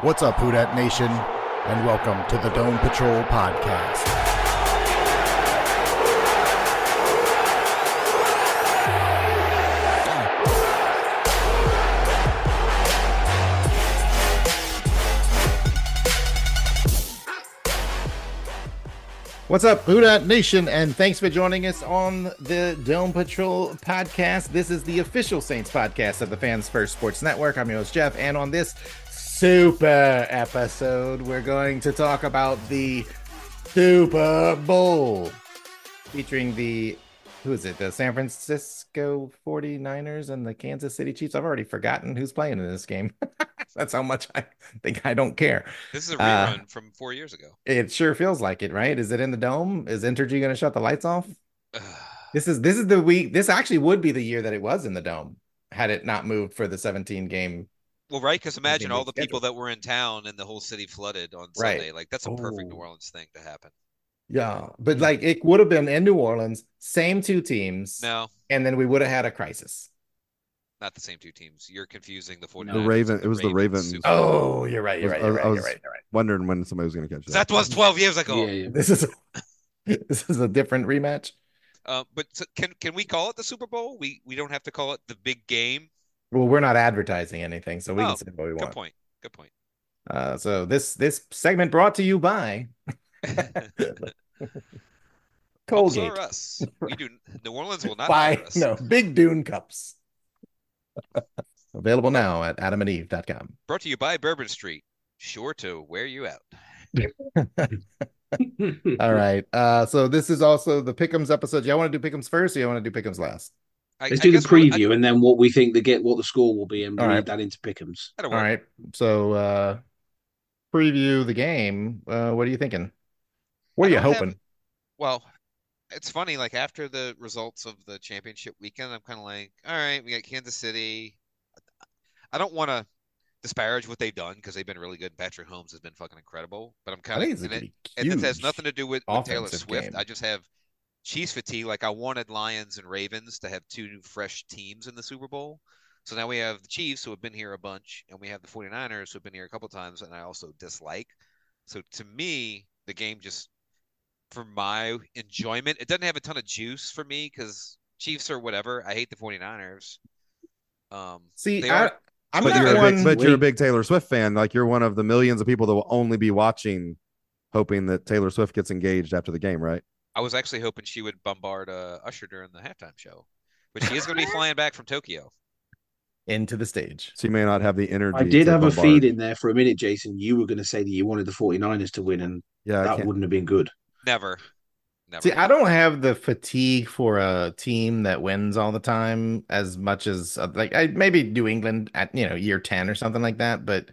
What's up, Houdat Nation? And welcome to the Dome Patrol Podcast. What's up, Houdat Nation? And thanks for joining us on the Dome Patrol Podcast. This is the official Saints podcast of the Fans First Sports Network. I'm your host, Jeff. And on this super episode, we're going to talk about the Super Bowl featuring the who is it? The San Francisco 49ers and the Kansas City Chiefs. I've already forgotten who's playing in this game. That's how much I think I don't care. This is a Uh, rerun from four years ago. It sure feels like it, right? Is it in the dome? Is Entergy going to shut the lights off? Ugh. This is this is the week. This actually would be the year that it was in the dome, had it not moved for the 17 game. well, right? Because imagine they all the schedule. people that were in town and the whole city flooded on Right. Sunday. Like that's a perfect New Oh. Orleans thing to happen. Yeah, but like it would have been in New Orleans, same two teams, No, and then we would have had a crisis. not the same two teams. You're confusing the 49ers. Raven- and it was the Ravens. Super Bowl. Oh, you're right. You're right. I You're was- right. I You're was- right. You're right. wondering when somebody was going to catch that. That was 12 years ago. This is this is a different rematch. Uh, but so can can we call it the Super Bowl? We we don't have to call it the big game. Well, we're not advertising anything, so we Oh, can say what we Good want. point. Good point. Uh, so this this segment brought to you by Bubbles Colgate. are us. We do. New Orleans will not Buy hire us. no big Dune cups. Available now at adamandeve.com. Brought to you by Bourbon Street. Sure to wear you out. All right. Uh, so this is also the Pickums episode. Y'all want to do Pickums first or you want to do Pickums last? I, Let's I do the guess we'll- I- preview and then what we think the get what the score will be, and we All will right. need that into Pickham's. that'll All work. right. So uh, preview the game. Uh, what are you thinking? What I are you don't have- hoping? Well, it's funny, like after the results of the championship weekend, I'm kind of like, all right, we got Kansas City. I don't want to disparage what they've done because they've been really good. Patrick Holmes has been fucking incredible, but I'm I kind think of it's and going it, to be and huge. this has nothing to do with, with Taylor offensive Swift. game. I just have Chiefs fatigue. Like I wanted Lions and Ravens to have two new fresh teams in the Super Bowl. So now we have the Chiefs who have been here a bunch, and we have the 49ers who've been here a couple times, and I also dislike. So to me, the game just for my enjoyment, it doesn't have a ton of juice for me because Chiefs are whatever. I hate the 49ers. Um, See, they I, are- I'm but not you're, a one. big, but you're a Wait. big Taylor Swift fan. Like you're one of the millions of people that will only be watching, hoping that Taylor Swift gets engaged after the game, right? I was actually hoping she would bombard uh, Usher during the halftime show, but she is going to be flying back from Tokyo. into the stage. She may not have the energy. I did to have a bombard. feed in there for a minute, Jason. You were going to say that you wanted the 49ers to win, and Yeah, I that can't. wouldn't have been good. Never, never. See, I don't have the fatigue for a team that wins all the time as much as uh, like I maybe New England at you know year 10 or something like that, but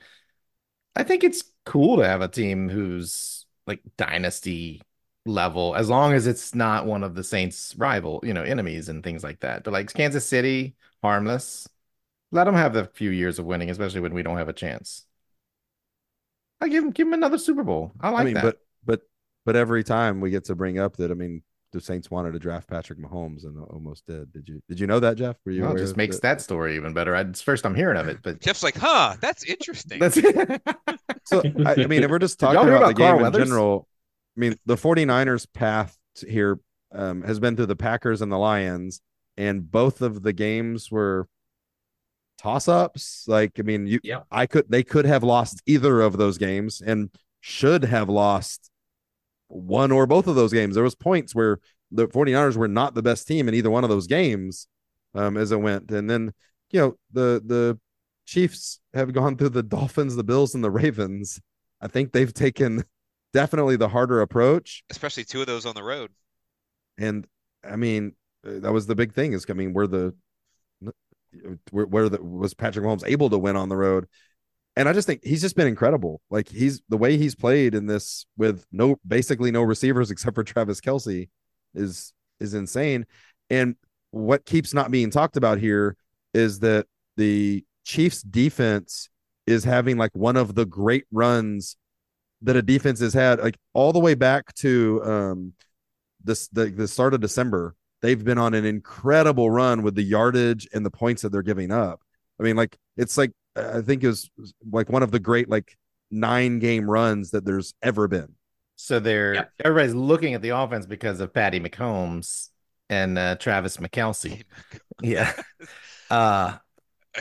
I think it's cool to have a team who's like dynasty level as long as it's not one of the Saints' rival, you know, enemies and things like that. But like Kansas City, harmless. Let them have the few years of winning, especially when we don't have a chance. I give them give them another Super Bowl. I like I mean, that. but but but every time we get to bring up that I mean, the Saints wanted to draft Patrick Mahomes and almost did. Did you did you know that, Jeff? Were you Well, it aware just of makes that? that story even better. I, it's first I'm hearing of it, but Jeff's like, huh, that's interesting. that's it. So I, I mean, if we're just Did y'all talking hear about, about the game Carl in Weathers? general, I mean, the 49ers path to here um, has been through the Packers and the Lions, and both of the games were toss-ups. Like, I mean, you, Yeah. I could, they could have lost either of those games, and should have lost one or both of those games. There was points where the 49ers were not the best team in either one of those games um, as it went. And then, you know, the the Chiefs have gone through the Dolphins, the Bills, and the Ravens. I think they've taken definitely the harder approach. Especially two of those on the road. And I mean, uh, that was the big thing is, I mean, we're the where, where the, was Patrick Mahomes able to win on the road? And I just think he's just been incredible. Like he's the way he's played in this with no basically no receivers except for Travis Kelsey is is insane. And what keeps not being talked about here is that the Chiefs defense is having like one of the great runs that a defense has had like all the way back to um this the, the start of December they've been on an incredible run with the yardage and the points that they're giving up. I mean, like it's like I think it was like one of the great like nine game runs that there's ever been. So they're Yep. everybody's looking at the offense because of Patty McCombs and uh, Travis McKelsey. Yeah. Uh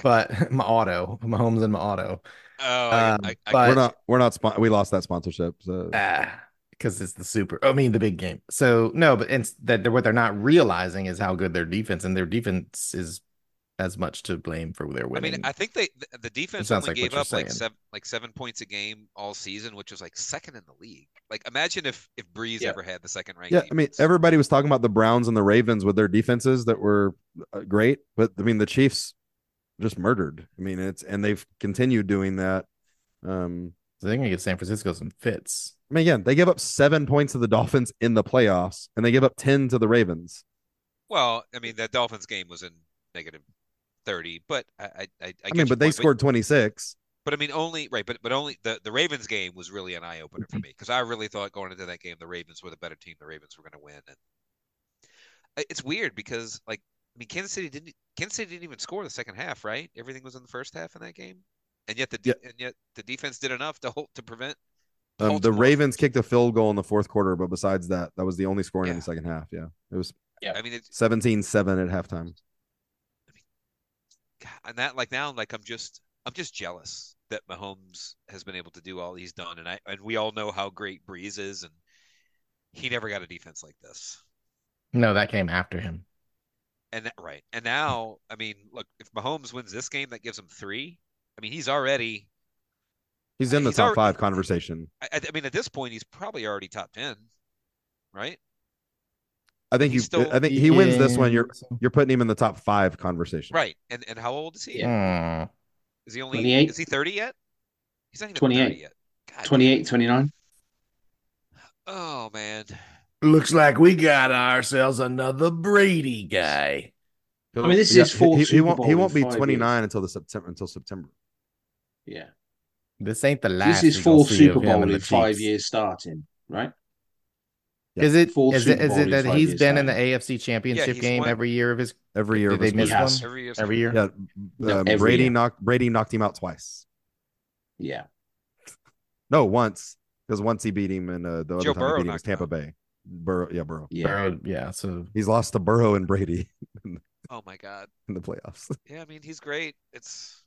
but my auto, Mahomes and my auto. Oh, I- Um, I, I, but- we're not we're not spon- we lost that sponsorship. So Ah, because it's the super. I mean, the big game. So no, but it's that they're, what they're not realizing is how good their defense and their defense is as much to blame for their I winning. mean, I think they th- the defense sounds like what only gave you're up like saying. seven like seven points a game all season, which was like second in the league. Like imagine if if Breeze Yeah. ever had the second ranked. yeah, I mean defense. everybody was talking about the Browns and the Ravens with their defenses that were uh, great, but I mean the Chiefs just murdered. I mean it's and they've continued doing that. Um so they're gonna get San Francisco some fits. I mean again, they give up 7 points to the Dolphins in the playoffs and they give up 10 to the Ravens. Well, I mean that Dolphins game was in negative thirty, but I I, I, I, I, get mean your but they point, scored 26. But I mean, only right, but but only the the Ravens game was really an eye opener Mm-hmm. for me because I really thought going into that game the Ravens were the better team. The Ravens were going to win, and I- it's weird because like I mean, Kansas City didn't Kansas City didn't even score the second half, right? Everything was in the first half in that game, and yet the de- and yet the defense did enough to hold to prevent. Um, the multiple- Ravens kicked a field goal in the fourth quarter, but besides that, that was the only scoring in Yeah. the second half. Yeah. It was I mean, it's 17-7 at halftime. God, and that like now like I'm just I'm just jealous that Mahomes has been able to do all he's done, and I and we all know how great Breeze is, and he never got a defense like this. No, that came after him. And that, right. And now, I mean, look, if Mahomes wins this game, that gives him three. I mean, he's already. He's in the He's top already- five conversation. I, I I mean, at this point, he's probably already top ten, right? I think you. He's still- I think he wins this one. You're Yeah. you're putting him in the top five conversation. Right. And and how old is he? Mm. Is he only 28. is he thirty yet? He's not even 28. thirty yet. God, 28, 29. Oh man. Looks like we got ourselves another Brady guy. I mean, this is his fourth He, he Super won't. Bowl he in won't be five 29 until the September. Until September. Yeah. Hmm. This ain't the last. This is we gonna fourth see of Super him Bowl and in the five Chiefs. years starting, right? Is it Fourth is it, Super is Bowl it in that five he's years been in time. the AFC Championship he's game won- every year of his Every year. Did of they his miss Yes. one Every year. every year? Yeah. No, uh, every Brady year. knocked. Brady knocked him out twice. Yeah. No, once because once he beat him, and uh, the other Joe time Burrow he beat him was knocked him Tampa out. Bay. Burrow. Yeah, Burrow. Yeah. Burrow, yeah, so He's lost to Burrow and Brady Oh my God. in the playoffs. Yeah. I mean, he's great. It's.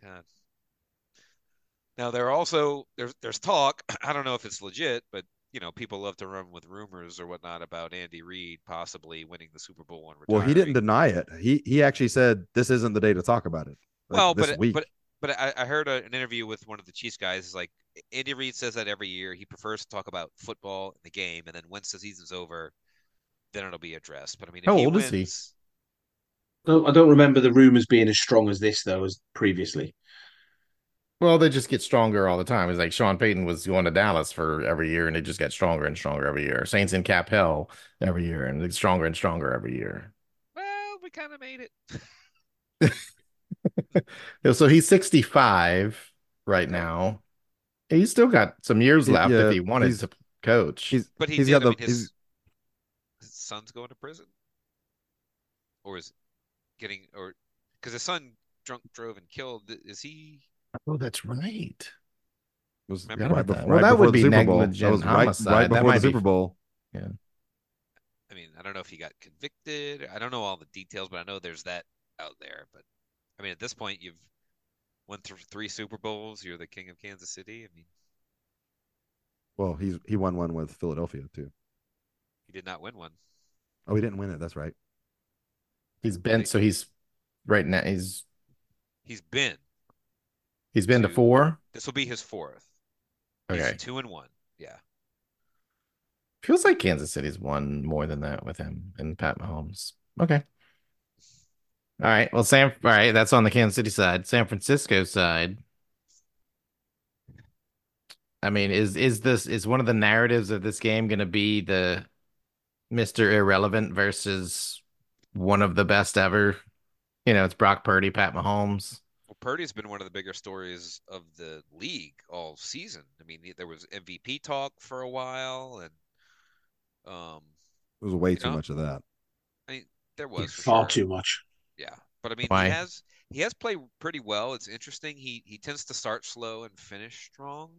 God. Now there are also there's there's talk. I don't know if it's legit, but you know people love to run with rumors or whatnot about Andy Reid possibly winning the Super Bowl and Well, retiring. he didn't deny it. He he actually said this isn't the day to talk about it. Like, well, this but week. but but I, I heard a, an interview with one of the Chiefs guys. Is like Andy Reid says that every year. He prefers to talk about football and the game, and then once the season's over, then it'll be addressed. But I mean, if How he old is he? wins- No, I don't remember the rumors being as strong as this though as previously. well they just get stronger all the time. It's like Sean Payton was going to Dallas for every year and it just got stronger and stronger every year. Saints in Cap Hell every year and it's stronger and stronger every year. Well, we kind of made it. So he's 65 right now. He's still got some years Yeah, left yeah, if he wanted he's- to coach. he's But he He's did. got I the- mean, his, he's- his son's going to prison, or is getting or because his son drunk drove and killed. Is he? oh, that's right. was Remember right about bef- that. right Well, that before would the be Super Bowl. That negligent was right, homicide. right That before might be- the Super Bowl. I mean, I don't know if he got convicted. I don't know all the details, but I know there's that out there. But I mean, at this point, you've won through three Super Bowls. You're the king of Kansas City. I mean, Well, he's he won one with Philadelphia too. you did not win one. Oh, he didn't win it. That's right. He's been so he's right now he's He's been. he's been to Two. four. This will be his fourth. He's Okay. two and one. Yeah. Feels like Kansas City's won more than that with him and Pat Mahomes. Okay. All right. Well, Sam, all right. That's on the Kansas City side. San Francisco side. I mean, is is this is one of the narratives of this game going to be the Mr. Irrelevant versus one of the best ever? You know, it's Brock Purdy, Pat Mahomes. Well, Purdy's been one of the bigger stories of the league all season. I mean, there was MVP talk for a while, and um, It was way too Yeah. much of that. there was for Far sure. too much. Yeah, But I mean, Why? he has he has played pretty well. It's interesting. He he tends to start slow and finish strong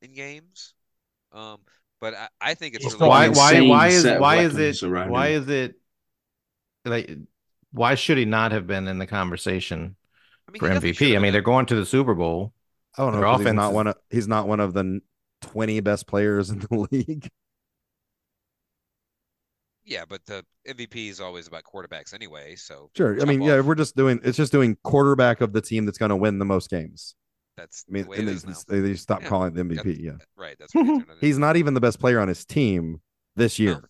in games. Um, but I, I think it's He's really why an why insane why is set of why is weapons it around why him. is it like why should he not have been in the conversation I mean, for he definitely MVP? I should've mean, they're been. going to the Super Bowl. I don't know. Their 'cause He's offense not is- one. Of, he's not one of the twenty best players in the league. yeah, but the MVP is always about quarterbacks anyway. So Sure. I Top mean, yeah. off. If we're just doing, it's just doing quarterback of the team that's going to win the most games. that's I mean, the way and it they, is now. they, they stop Yeah. calling it the Got- MVP. Yeah. Right. That's what it is. He's not even the best player on his team this year.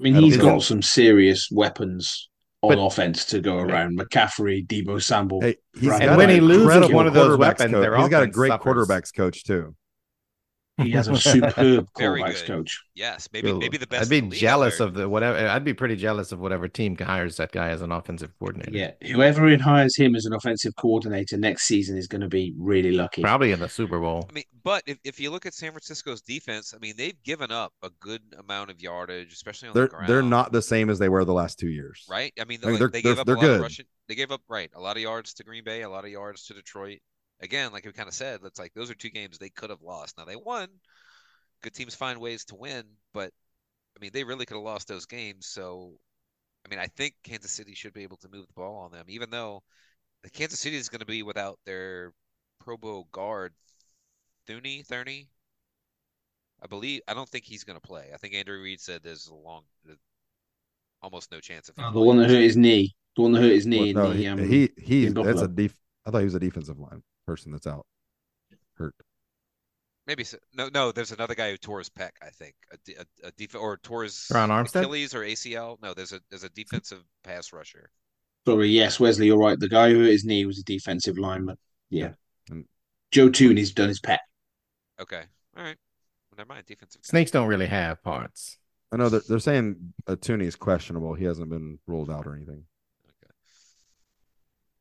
I mean, I don't he's think- got some serious weapons on But- offense to go around. McCaffrey, Debo Samble. Hey, he's Right. got And when an he loses incredible one of those quarterbacks weapons, coach. their he's got a offense great suffers. quarterbacks coach too. He has a superb Very quarterbacks good. coach. Yes. Maybe Ooh, maybe the best. I'd be jealous of the whatever. I'd be pretty jealous of whatever team hires that guy as an offensive coordinator. Yeah, whoever in hires him as an offensive coordinator next season is going to be really lucky. probably in the Super Bowl. I mean, but if, if you look at San Francisco's defense, I mean, they've given up a good amount of yardage, especially on They're the ground. they're not the same as they were the last two years. right. I mean, I mean, like, they're- they they're- gave up they're a lot of good. rushing. They gave up right a lot of yards to Green Bay, a lot of yards to Detroit. Again, like we kind of said, that's like those are two games they could have lost. Now they won. Good teams find ways to win, but I mean, they really could have lost those games. So, I mean, I think Kansas City should be able to move the ball on them, even though the Kansas City is going to be without their Pro Bowl guard, Thuney, Thurney. I believe. I don't think he's going to play. I think Andrew Reid said there's a long, th- almost no chance of him Uh, The one that hurt playing. his knee. The one that hurt his knee. in Well, no, the, he, um, he he's in that's Buffalo. a def. I thought he was a defensive line person that's out hurt. Maybe so. no, no. There's another guy who tore his pec. I think a, de- a, a def- or tore his Ron Armstead? Achilles or ACL. No, there's a there's a defensive pass rusher. Sorry, yes, Wesley, you're right. The guy who hurt his knee was a defensive lineman. Yeah. And- Joe Toon has done his pet. Okay, all right. Well, never mind. Defensive guy. Snakes don't really have parts. I know they're, they're saying Atuni is questionable. He hasn't been ruled out or anything.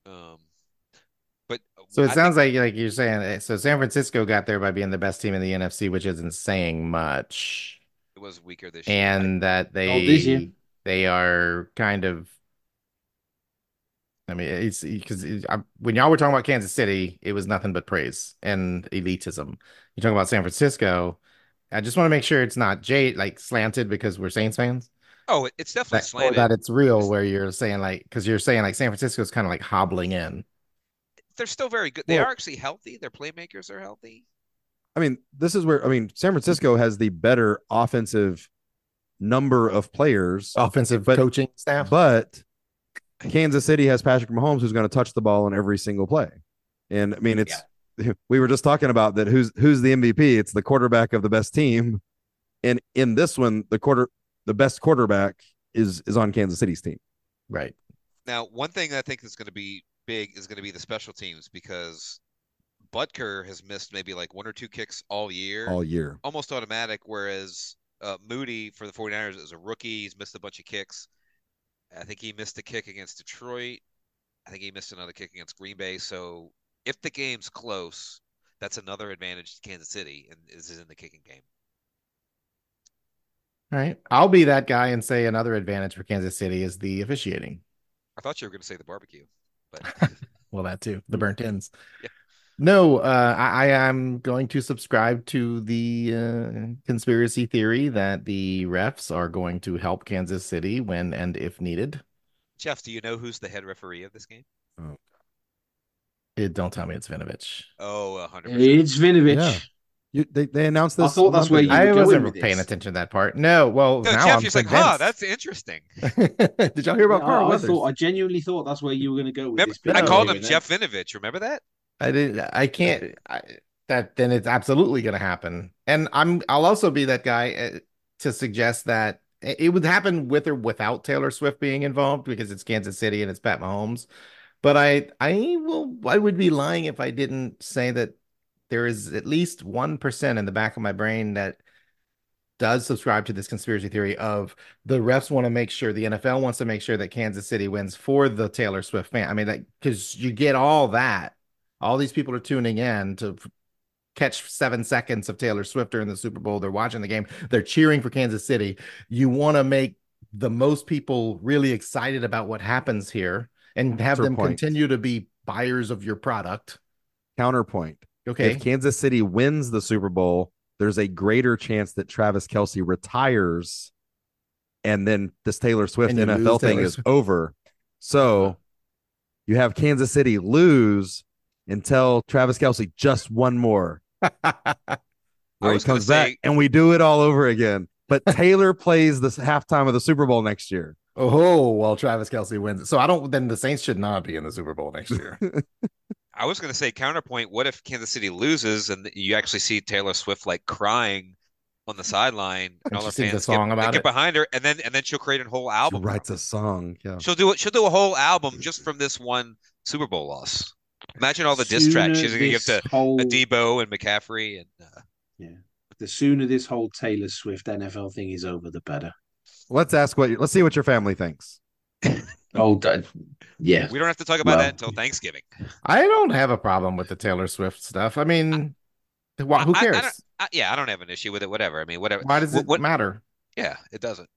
Okay. Um, but uh, So it I sounds like like you're saying. eh, So San Francisco got there by being the best team in the NFC, which isn't saying much, it was weaker this year. I- and that Oh, this year. they they are kind of. I mean, it's because when y'all were talking about Kansas City, it was nothing but praise and elitism. You're talking about San Francisco. I just want to make sure it's not Jay like slanted because we're Saints fans. oh, it- it's definitely that, or slanted. that it's real where you're saying like because you're saying like san francisco's kind of like hobbling in They're still very good. They Well- are actually healthy. Their playmakers are healthy. I mean, this is where I mean San Francisco has the better offensive number of players, Oh, offensive But- coaching staff but Kansas City has Patrick Mahomes who's going to touch the ball on every single play. And I mean, it's we were just talking about that who's who's the MVP? It's the quarterback of the best team. And in this one, the quarter the best quarterback is is on Kansas City's team. right Now, one thing that I think is going to be big is going to be the special teams because Butker has missed maybe like one or two kicks all year, all year. almost automatic. Whereas uh, Moody for the 49ers is a rookie. He's missed a bunch of kicks. I think he missed a kick against Detroit. I think he missed another kick against Green Bay. So if the game's close, that's another advantage to Kansas City and is in the kicking game. all right i'll be that guy and say another advantage for kansas city is the officiating I thought you were going to say the barbecue, but well that too the burnt ends Mm-hmm. Yeah. no uh i i am going to subscribe to the uh conspiracy theory that the refs are going to help kansas city when and if needed Jeff, do you know who's the head referee of this game? it, eh, don't tell me it's vinovich Oh, 100%. It's Vinovich. Yeah. You, they, they announced I this. thought that's a month where i ago. going wasn't with paying this? attention to that part no well No, now Jeff, i'm you're just like, convinced. huh, that's interesting. Did y'all hear about Yeah, Carl I, I Weathers? thought I genuinely thought that's where you were going to go with Remember, this. but I No. called anyway, him then. Jeff Vinovich. Remember that? I didn't. I can't. I, that then it's absolutely going to happen. And I'm. I'll also be that guy uh, to suggest that it it would happen with or without Taylor Swift being involved because it's Kansas City and it's Pat Mahomes. But I, I will. I would be lying if I didn't say that there is at least one percent in the back of my brain that does subscribe to this conspiracy theory of the refs want to make sure the NFL wants to make sure that Kansas City wins for the Taylor Swift fan. I mean, that because you get all that, all these people are tuning in to f- catch seven seconds of Taylor Swift during the Super Bowl. They're watching the game, they're cheering for Kansas City. You want to make the most people really excited about what happens here and have them Counterpoint. continue to be buyers of your product. Counterpoint. Okay. If Kansas City wins the Super Bowl, there's a greater chance that Travis Kelsey retires and then this Taylor Swift And you lose NFL thing Taylor is Swift. over. So you have Kansas City lose and tell Travis Kelsey just one more I where he was gonna comes back say- and we do it all over again. But Taylor plays this halftime of the Super Bowl next year. oh, well, Travis Kelsey wins. So I don't, then the Saints should not be in the Super Bowl next year. I was going to say counterpoint. What if Kansas City loses and you actually see Taylor Swift like crying on the sideline, and And all she her sings a fans get- song they about get it. behind her, and then and then she'll create a whole He album. writes a song. Yeah. She'll do it. She'll do a whole album just from this one Super Bowl loss. Imagine all the diss tracks she's Sooner going to give this to whole, Debo and McCaffrey, and uh, the sooner this whole Taylor Swift NFL thing is over, the better. Let's ask what you, let's see what your family thinks. Oh, d- yeah. we don't have to talk about Well- that until Thanksgiving. I don't have a problem with the Taylor Swift stuff. I mean, why, who I- I cares? don't- I, yeah, I don't have an issue with it. Whatever. I mean, whatever. why does Wh- it what- matter? Yeah, it doesn't.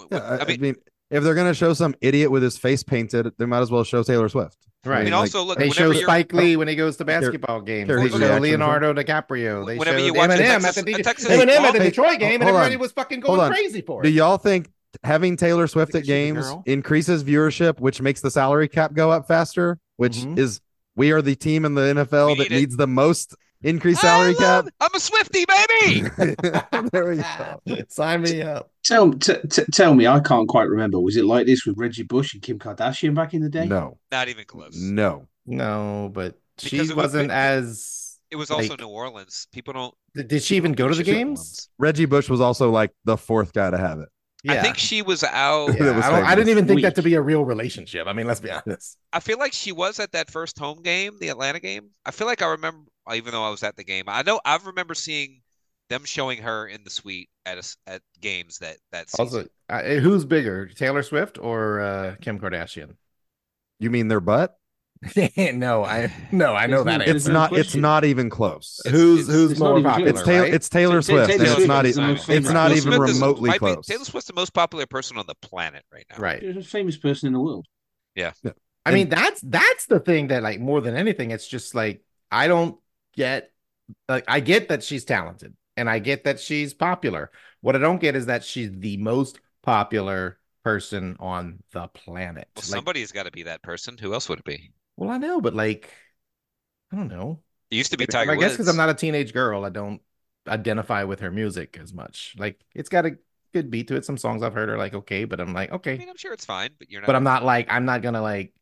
Wh- Yeah, wh- I, I mean, if they're gonna show some idiot with his face painted, they might as well show Taylor Swift. Right. I mean, like, also look. They Whenever show you're, Spike Lee when he goes to care- basketball games. care They his show reaction. Leonardo DiCaprio. They whenever showed you watch a Eminem Texas, at the a D- Texas Eminem law- at the Detroit game, and hold on. everybody was fucking Hold going on. crazy for Do it. y'all think having Taylor Swift think at she's a games girl. increases viewership, which makes the salary cap go up faster? Which Mhm. is we are the team in the NFL Mm-hmm. We need that it. needs the most increased I salary love- I'm a Swifty, baby. cap. there we go. Sign me up. Tell t- t- tell me, I can't quite remember. Was it like this with Reggie Bush and Kim Kardashian back in the day? No, Not even close. no. No, but she Because it was- wasn't as. It was also Like- New Orleans. People don't Did did she even go to the She's New games? Orleans. Reggie Bush was also like the fourth guy to have it. I think she was out. Yeah. that was I, don't- I didn't famous. even think that to Weak. be a real relationship. I mean, let's be honest. I feel like she was at that first home game, the Atlanta game. I feel like I remember, even though I was at the game, I know I remember seeing them showing her in the suite at us at games that that season. Also, I, eh, who's bigger, Taylor Swift or uh, Kim Kardashian? You mean their butt? no, I no, I know Isn't that. it- It's answer. no not. It's question. not even close. It's- who's it's- who's it's not more even popular? clear. It's Taylor. right? It's Taylor Ta- ta- Swift, and Taylor it's not. Swift is e- the most It's famous. not Taylor even Swift is- remotely might be- close. Taylor Swift's the most popular person on the planet right now. right. She's the famous person in the world. I mean, that's that's the thing that like more than anything, it's just like I don't get like I get that she's talented and I get that she's popular. What I don't get is that she's the most popular person on the planet. Well, Like, somebody's got to be that person. Who else would it be? well, I know, but like I don't know. It used to be Maybe- Tiger I guess because Woods. I'm not a teenage girl, I don't identify with her music as much. Like it's got a good beat to it. Some songs I've heard are like okay, but I'm like, I okay. mean, I'm sure it's fine, but you're not. but I'm not like I'm not gonna like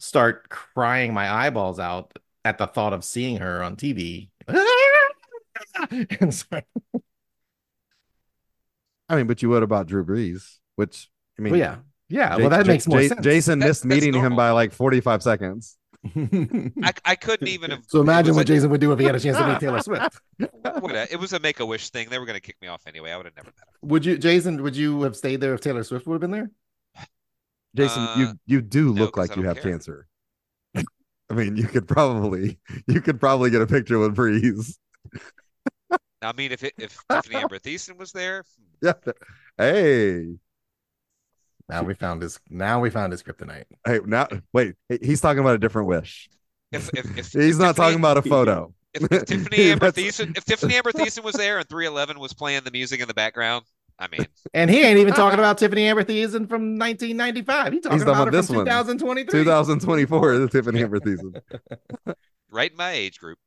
start crying my eyeballs out at the thought of seeing her on TV. And so- I mean, but you would about Drew Brees, which I mean, well, yeah, yeah. Ja- well, that Ja- makes more Ja- sense. Jason That's- missed that's meeting him normal. by like 45 seconds. I, I couldn't even have. so it imagine was what a, Jason would do if he had a chance to meet Taylor Swift. what a- it was a make a wish thing. They were going to kick me off anyway. I would have never met her. Would you, Jason? Would you have stayed there if Taylor Swift would have been there? Jason, Uh, you you do no, look 'cause like I you don't have care. cancer. I mean, you could probably you could probably get a picture with Breeze. I mean, if it, if Tiffany Amber Thiessen was there, Yeah. Hey, Now we found his. Now we found his kryptonite. hey, now wait, he- he's talking about a different wish. if if, if He's not talking Tiffany- about a photo. If, if Tiffany Amber That's- Thiessen, if Tiffany Amber Thiessen was there and 311 was playing the music in the background, I mean, And he ain't even talking about Tiffany Amber Thiessen from 1995. He's talking talking about, about her this from one. 2023. 2024 is Tiffany Amber thesis. right in my age group.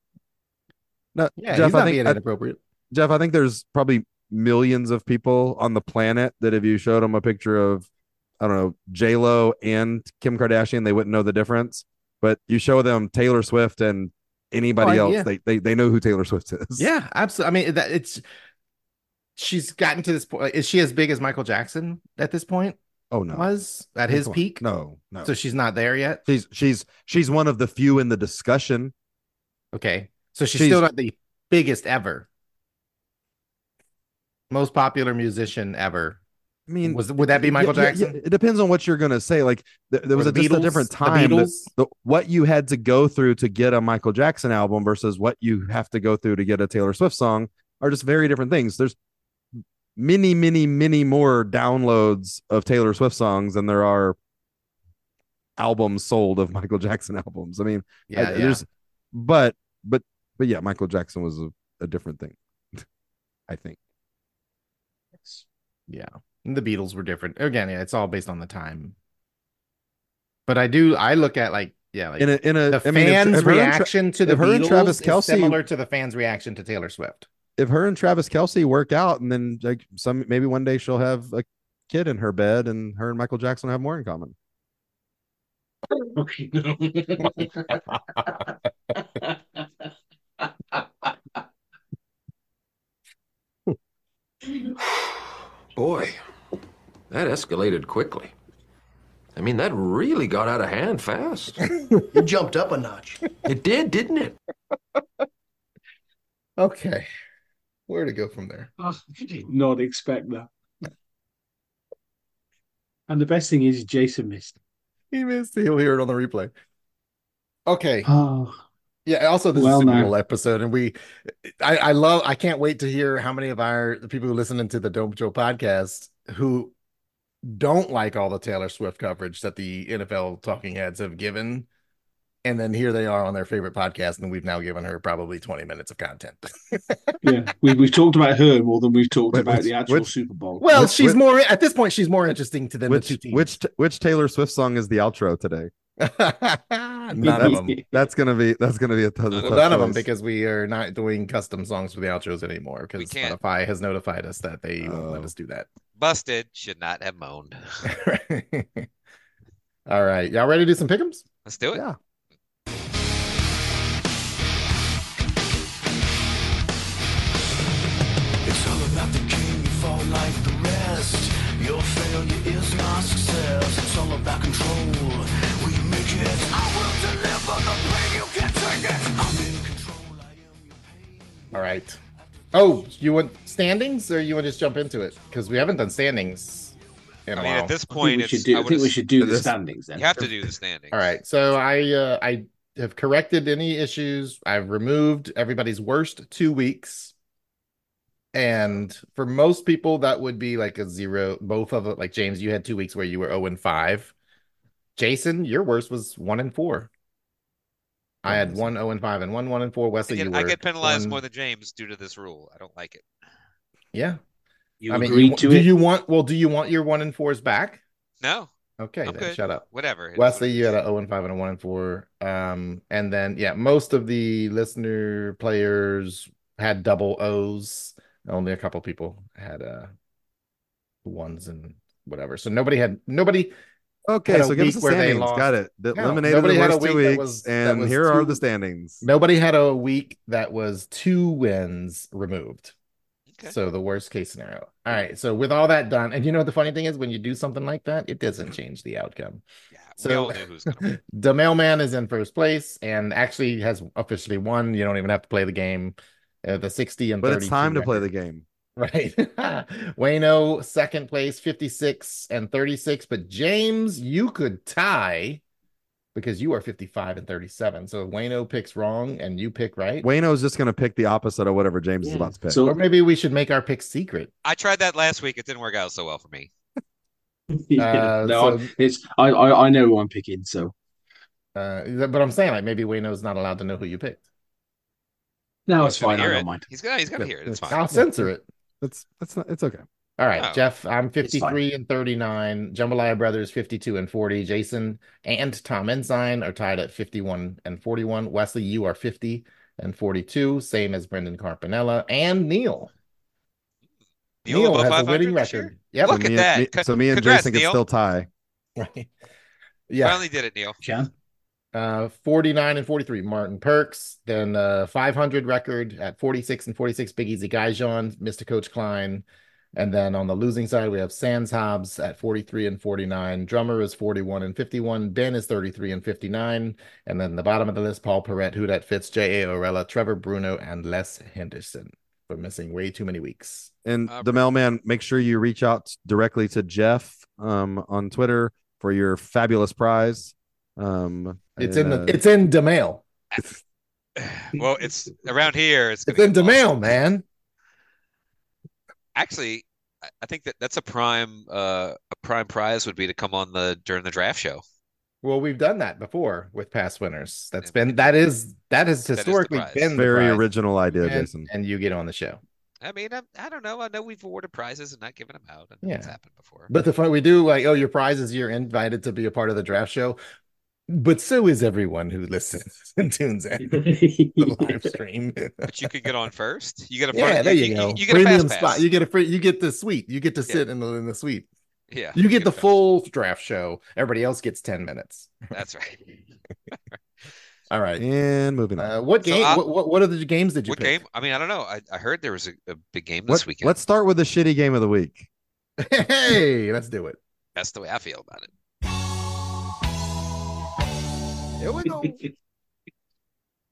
No, Yeah, Jeff, he's not I being think I, inappropriate. Jeff, I think there's probably millions of people on the planet that if you showed them a picture of, I don't know, J Lo and Kim Kardashian, they wouldn't know the difference. But you show them Taylor Swift and anybody Oh, else, yeah. they, they they know who Taylor Swift is. Yeah, absolutely. I mean, that it's she's gotten to this point. Is she as big as Michael Jackson at this point Oh no. was at I mean, his come on. peak? No, no. So she's not there yet. she's she's she's one of the few in the discussion. Okay. So she's, She's- still not the biggest ever. Most popular musician ever. I mean, Was would that be Michael yeah, yeah, Jackson? yeah, it depends on what you're gonna say. Like th- there was Or a, the just a Beatles? different The time. that- Beatles? the, what you had to go through to get a Michael Jackson album versus what you have to go through to get a Taylor Swift song are just very different things. There's many, many, many more downloads of Taylor Swift songs than there are albums sold of Michael Jackson albums. I mean, I- Yeah, yeah. there's, but, but, but yeah, Michael Jackson was a, a different thing, I think. And the Beatles were different. Again, yeah, it's all based on the time. But I do I look at like yeah, like In a, in a, the I mean, fans' if- if her and Tra- reaction to the if her and Beatles Travis is Kelce- similar to the fans' reaction to Taylor Swift. if her and Travis Kelsey work out, and then like some maybe one day she'll have a kid in her bed, and her and Michael Jackson have more in common. Fucking hell. Boy, that escalated quickly. I mean, that really got out of hand fast. It jumped up a notch. It did, didn't it? Okay. Where to go from there? I did not expect that. And the best thing is Jason missed. He missed. He'll hear it on the replay. Okay. Oh, Yeah, also this is Well, Super no. Bowl episode, and we, I, I love, I can't wait to hear how many of our the people who listen to the Dome Patrol podcast who don't like all the Taylor Swift coverage that the NFL talking heads have given, and then here they are on their favorite podcast, and we've now given her probably twenty minutes of content. yeah. We, we've talked about her more than we've talked Wait, about which- the actual which- Super Bowl. Well, Which- she's which- more at this point, she's more interesting to them. which the two teams. which which Taylor Swift song is the outro today? none of them, That's gonna be that's gonna be a tough, None tough none of them, choice. because we are not doing custom songs for the outros anymore We because can't. Spotify has notified us that they won't let Oh. us do that. Busted. Should not have moaned. All right, y'all ready to do some pickums? Let's do it. yeah. It's all about the king, you fall like the rest. Your failure is my success. It's all about control. We make it. I will deliver the pain, you can't take it. I'm in control, I am your pain. All right. Oh, you want standings, or you want to just jump into it because we haven't done standings in a I mean, while. at this I think, point, we should, it's, do, I I would think we ass- should do the this- standings then. You have to do the standings. All right, so I uh, I have corrected any issues. I've removed everybody's worst two weeks, and for most people, that would be like a zero. Both of it, like James, you had two weeks where you were zero and five. Jason, your worst was one and four. I had one zero and five and one one and four. I Wesley, get, you I were get penalized one- more than James due to this rule. I don't like it. yeah. You I mean, agreed you- to do it. you want? Well, do you want your one and fours back? No, Okay, I'm then good. shut up. whatever. it is what Wesley, it you had is. a 0 and 5 and a 1 and 4. Um, and then yeah, most of the listener players had double O's. Only a couple people had uh ones and whatever. So nobody had nobody Okay, Had a so give us week the where they standings. lost. Got it. That No, eliminated nobody the had a worst two week that weeks, was- that and was here are two- the standings. nobody had a week that was two wins removed. Okay. So the worst case scenario. All right. So with all that done, and you know what the funny thing is when you do something like that, it doesn't change the outcome. yeah, we so- all knew who's gonna win. the mailman is in first place and actually has officially won. You don't even have to play the game. Uh, the 60 and But 30. it's time to play the game. Right. Wayno, second place, 56 and 36. But James, you could tie because you are 55 and 37. So if Wayno picks wrong and you pick right. Wayno's just gonna pick the opposite of whatever James is Yeah. about to pick. Or So, maybe we should make our pick secret. I tried that last week. It didn't work out so well for me. yeah, Uh, no, so- I, it's I, I I know who I'm picking. So Uh, but I'm saying like maybe Wayno's not allowed to know who you picked. no, He's it's gonna fine. I hear don't it. mind. He's gonna he's gonna Yeah, hear it. It's yeah. fine. I'll censor it. That's that's not it's okay. All right, Oh. Jeff, I'm It's fine. 53 and 39. Jambalaya Brothers 52 and 40. Jason and Tom Ensign are tied at 51 and 41. Wesley, you are 50 and 42, same as Brendan Carpanella and Neil. Neil above has a 500 winning this year? record. Yep. Look so at me that. And, me, Con- so me and congrats, Jason can Neil. still tie. Right. Yeah. Finally did it, Neil. Can Uh, 49 and 43, Martin Perks. Then uh, 500 record at 46 and 46, Big Easy Guyjon, Mr. Coach Klein. And then on the losing side, we have Sans Hobbs at 43 and 49. Drummer is 41 and 51. Ben is 33 and 59. And then the bottom of the list, Paul Perrette, Hudat Fitz, J.A. Orella, Trevor Bruno, and Les Henderson. We're missing way too many weeks. And Uh, the mailman, make sure you reach out directly to Jeff um, on Twitter for your fabulous prize. Um, It's and, in the uh, it's in the mail. Well, it's around here. It's, It's gonna in get the lost. mail, man. Actually, I- I think that that's a prime uh, a prime prize would be to come on the during the draft show. Well, we've done that before with past winners. That's Yeah. been that is that has That is the historically prize. been the Very prize. original idea, And- Jason. and you get on the show. I mean, I, I don't know. I know we've awarded prizes and not given them out. I know it's Yeah. happened before. But the fun we do like, oh, your prize is you're invited to be a part of the draft show. But so is everyone who listens and tunes in to the live stream. But you could get on first. You get a yeah, front- there you, go. You, get a fast pass. You get a free. You get the suite. You get to sit in the in the suite. yeah, You get a the fast- full draft show. Everybody else gets ten minutes. That's right. All right. And moving on. Uh, what So game? I- what, what what other games did you What pick? game? I mean, I don't know. I, I heard there was a, a big game Let- this weekend. Let's start with the shitty game of the week. Hey, let's do it. That's the way I feel about it. Here we go.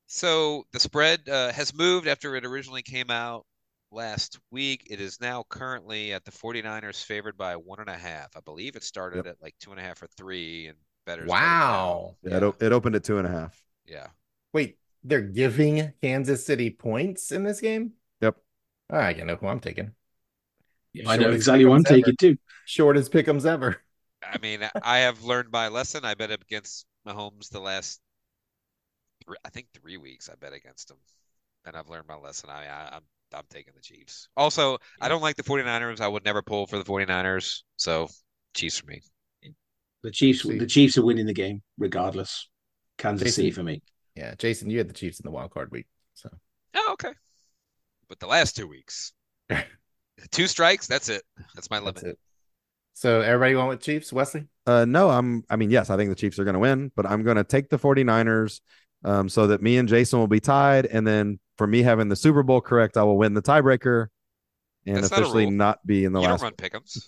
So the spread uh, has moved after it originally came out last week. It is now currently at the 49ers favored by one and a half. I believe it started at like two and a half or three, and better. Wow. Yeah, It, o- it opened at two and a half. Yeah. Wait, they're giving Kansas City points in this game? Yep. All right, I know who I'm taking. I know Shortest exactly what I'm pick'ems ever. taking too. Shortest pick'ems ever. I mean, I- I have learned my lesson. I bet against Mahomes the last, three, I think three weeks. I bet against him, and I've learned my lesson. I, I I'm I'm taking the Chiefs. Also, I don't like the 49ers. I would never pull for the 49ers. So Chiefs for me. The Chiefs, See. the Chiefs are winning the game regardless. Kansas Jason. City for me. Yeah, Jason, you had the Chiefs in the wild card week. So Oh, okay. But the last two weeks, two strikes. That's it. That's my that's limit. it. So everybody went with Chiefs, Wesley? Uh, no, I'm, I mean, yes, I think the Chiefs are going to win, but I'm going to take the 49ers um, so that me and Jason will be tied. And then for me having the Super Bowl correct, I will win the tiebreaker and That's not a officially rule. not, be in the You don't last. run pickems.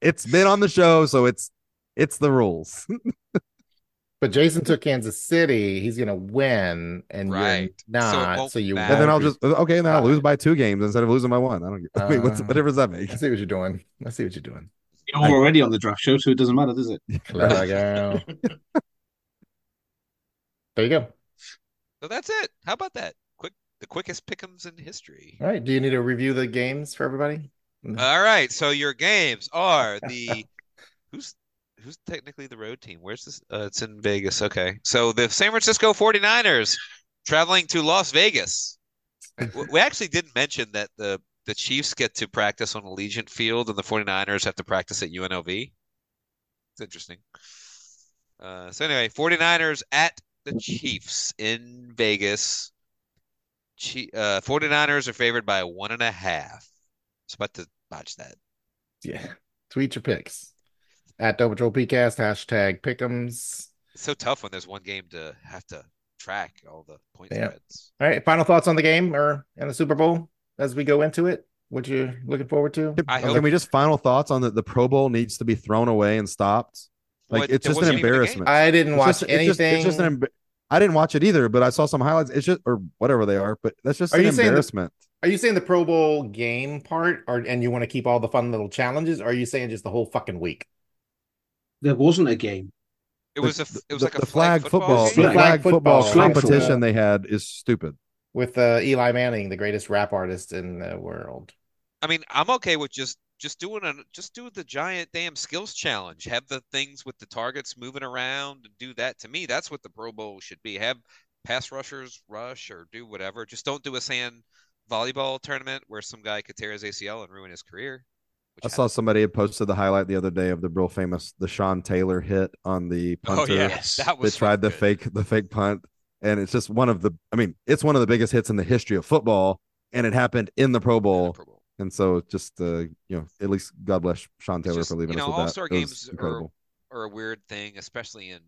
It's been on the show, so it's it's the rules. But Jason took Kansas City. He's gonna win, and you're Right. not. So, won't you matter. and then won't I'll be- just okay, then I'll lose tied. by two games instead of losing by one. I don't get. I mean, what's, what Uh, difference does that I make? see what you're doing. I see what you're doing. You're already on the draft show, so it doesn't matter, does it? There you go. there you go. So that's it. How about that? Quick, the quickest pickems in history. All right. Do you need to review the games for everybody? All right, so your games are the who's who's technically the road team? Where's this? Uh, it's in Vegas. Okay. So the San Francisco 49ers traveling to Las Vegas. W- We actually didn't mention that the the Chiefs get to practice on Allegiant Field and the 49ers have to practice at UNLV. It's interesting. Uh, so anyway, 49ers at the Chiefs in Vegas. Chi uh, 49ers are favored by one and a half. It's about to botch that. Yeah. Tweet your picks at Double Patrol PCast, hashtag pick'ems. It's so tough when there's one game to have to track all the point Yeah. spreads. All right. Final thoughts on the game or and the Super Bowl as we go into it? What you're looking forward to? Can, I can hope- we just final thoughts on that? The Pro Bowl needs to be thrown away and stopped. Like What- it's there just an wasn't even a game. embarrassment. I didn't It's watch just- it's anything. just- it's just an emb- I didn't watch it either, but I saw some highlights. It's just or whatever they are, but that's just Are an you saying the- embarrassment. Are you saying the Pro Bowl game part, or and you want to keep all the fun little challenges? Or are you saying just the whole fucking week? There wasn't a game. It The- was a f- it was the, like a the flag, football, the game. Yeah. Flag flag football, football. competition they had is stupid. with uh, Eli Manning, the greatest rap artist in the world. I mean, I'm okay with just just doing a just do the giant damn skills challenge. Have the things with the targets moving around and do that. To me, that's what the Pro Bowl should be. Have pass rushers rush or do whatever. Just don't do a sand volleyball tournament where some guy could tear his ACL and ruin his career. Which I saw somebody had posted the highlight the other day of the real famous the Sean Taylor hit on the punter. happened. Oh yeah, Yes. that They was tried the fucking good. fake the fake punt, and it's just one of the. I mean, it's one of the biggest hits in the history of football, and it happened in the Pro Yeah, the Bowl. Pro Bowl. And so, just uh, you know, at least God bless Sean Taylor just, for leaving you know, us with that. all-star It was games are- incredible. are a weird thing, especially in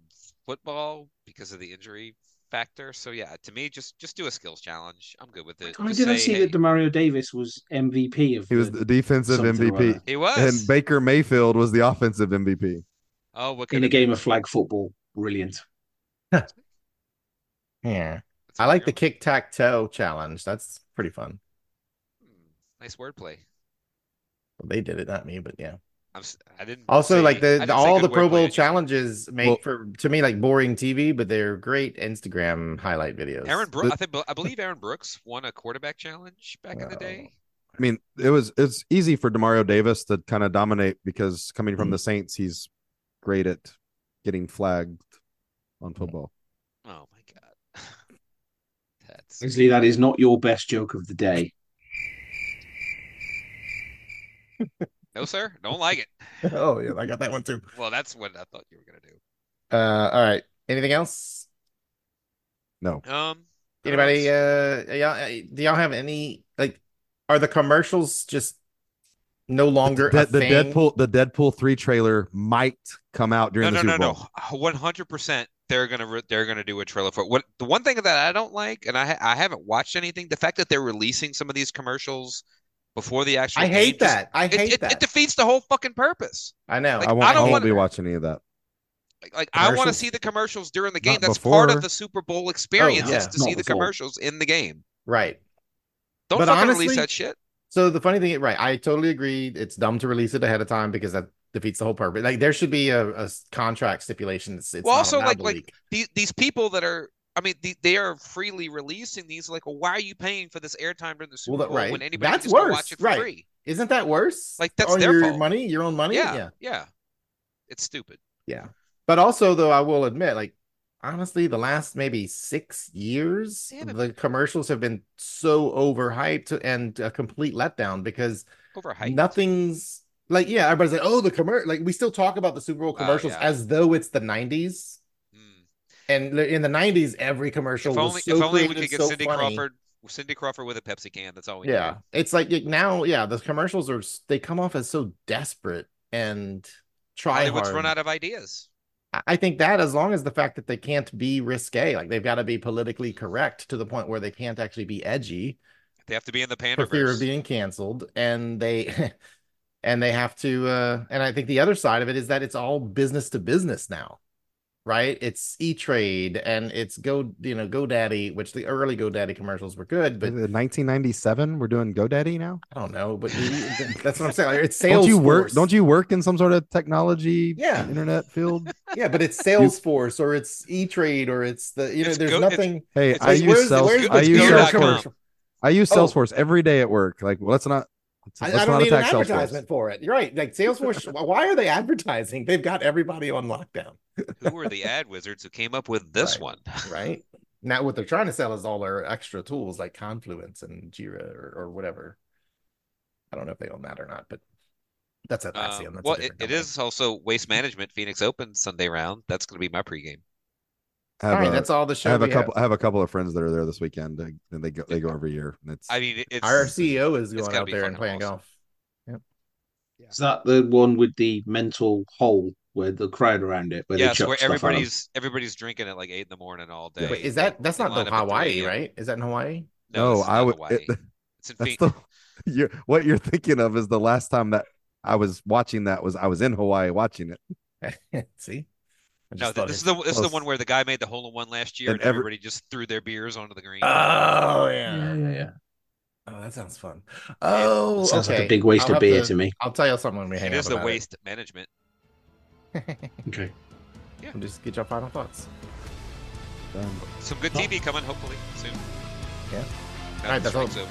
football because of the injury factor. So yeah, to me, just just do a skills challenge. I'm good with it. I Just did I say, see hey, that Demario Davis was MVP of He was the- the defensive something or MVP, other. he was. and Baker Mayfield was the offensive MVP. oh, what in could a it- game of flag football. Brilliant. Yeah, that's I like weird. the kick tack toe challenge. That's pretty fun. Hmm, Nice wordplay. Well, they did it, not me, but yeah. I'm. s- I didn't. Also, say- like I the, didn't the say all good the word Pro Bowl plan. challenges make Well- for to me like boring TV, but they're great Instagram highlight videos. Aaron Brooks. the- I think I believe Aaron Brooks won a quarterback challenge back in the Oh. day. I mean, it was it's easy for Demario Davis to kind of dominate because coming from the Mm-hmm. Saints, he's great at getting flagged on Mm-hmm. football. Oh my god. That's Honestly, that is not your best joke of the day. no, sir. Don't like it. oh yeah, I got that one too. Well, that's what I thought you were gonna do. Uh, all right. Anything else? No, Um. I don't know, Anybody? it's- Uh, y'all, uh, do y'all have any like? Are the commercials just no longer a the, the thing? Deadpool the Deadpool three trailer might come out during no, the no, Super no, Bowl. no. One hundred percent. They're gonna re- they're gonna do a trailer for it. What the one thing that I don't like, and I ha- I haven't watched anything. The fact that they're releasing some of these commercials before the actual. I game hate just- that. I it- hate it, that. It defeats the whole fucking purpose. I know. like, I won't, I I don't won't wanna- be watching any of that. Like, like I want to Commercials? see the commercials during the game. Not That's part of before. the Super Bowl experience. Oh, yeah, is to not see the before. commercials in the game. right. Don't But fucking honestly- release that shit. So the funny thing, right? I totally agree. It's dumb to release it ahead of time because that defeats the whole purpose. Like there should be a, a s- contract stipulation. It's, it's Well, not also, allowed like- to like- leak. These these people that are. I mean, the, they are freely releasing these. Like, well, why are you paying for this airtime during the Super that- Bowl right. when anybody That's can just go worse, watch it for right. free? Isn't that worse? Like, that's on their your fault. money, your own money. Yeah, yeah. yeah. It's stupid. But also, though, I will admit, like, honestly, the last maybe six years, Damn it. the commercials have been so overhyped and a complete letdown because Overhyped. nothing's like, yeah, everybody's like, oh, the commercial, like, we still talk about the Super Bowl Oh, commercials yeah. as though it's the 90s. Hmm. And li- in the 90s, every commercial If was only, so if only we creative, could get so Cindy funny. Crawford, Oh, Cindy Crawford with a Pepsi can. That's all we Yeah, need. it's like like, now, yeah, the commercials are s- they come off as so desperate and try Hollywood's hard. run out of ideas. I- I think that as long as the fact that they can't be risque, like they've got to be politically correct to the point where they can't actually be edgy They have to be in the for fear of pandaverse. being canceled, and they and they have to. Uh, and I think the other side of it is that it's all business to business now, right? It's E Trade and it's Go, you know, GoDaddy, which the early GoDaddy commercials were good, but In 1997, we're doing GoDaddy now. I don't know. But you- that's what I'm saying. Like, It's sales. Don't you work? Don't you work in some sort of technology, Yeah. internet field? Yeah, but it's Salesforce or it's E Trade or it's the you know. It's there's Go- it's- nothing. Hey, It's I like, use where's the- Salesforce. where's the I use Go dot Salesforce. com? I use Oh. Salesforce every day at work. Like, well, let's not. Let's, I, let's I don't not need an attack Salesforce. advertisement for it. You're right. Like Salesforce, why are they advertising? They've got everybody on lockdown, Who were the ad wizards who came up with this Right. one? right? Now, what they're trying to sell is all their extra tools like Confluence and Jira or, or whatever. I don't know if they own that or not, but that's a that's, Um, that's well, a it, different it company. is also Waste Management Phoenix Open Sunday round. That's going to be my pregame. I All have right, a- that's all the I show. have a we couple. I have a couple of friends that are there this weekend, and they go. They go every year. And it's I mean, it- it's Our CEO is It's going gotta out be there and fucking playing awesome. golf. Is that the one with the mental hole where the crowd around it? Where they yes, chuck where stuff at 'em? everybody's everybody's drinking at like eight in the morning all day. Wait, is Like, that that's they not line the up at 3 Hawaii, a.m. right? Is that in Hawaii? No, no, this is I not would. Hawaii. It, it's in that's Phoenix. the. You're, what you're thinking of is the last time that I was watching that was I was in Hawaii watching it, See, I No, just th- thought this is it- the this is the close. one where the guy made the hole in one last year, and, And every- everybody just threw their beers onto the green. Oh Yeah, yeah. yeah, yeah. Oh, that sounds fun. Oh, It sounds like okay. a big waste I'll of have beer to, to me. I'll tell you something when we it hang is up the about it. waste management. Okay. We'll just get your final thoughts. Um, Some good TV coming hopefully soon. Yeah. Now Alright, that that's the all. strike's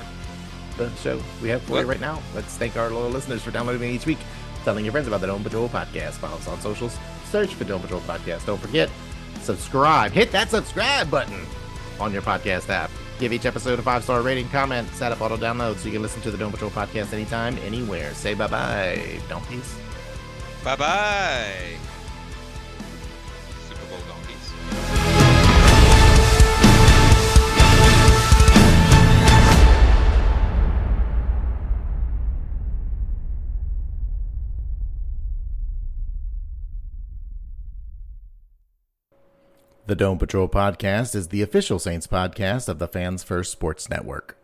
over. The show we have for you Well- right now. Let's thank our loyal listeners for downloading each week, telling your friends about the Dome Patrol podcast. Follow us on socials. Search for Dome Patrol podcast. Don't forget, subscribe. Hit that subscribe button on your podcast app. Give each episode a five star rating, comment, set up auto download so you can listen to the Dome Patrol podcast anytime, anywhere. Say bye bye. Don't peace. Bye bye. Super Bowl donkeys. The Dome Patrol podcast is the official Saints podcast of the Fans First Sports Network.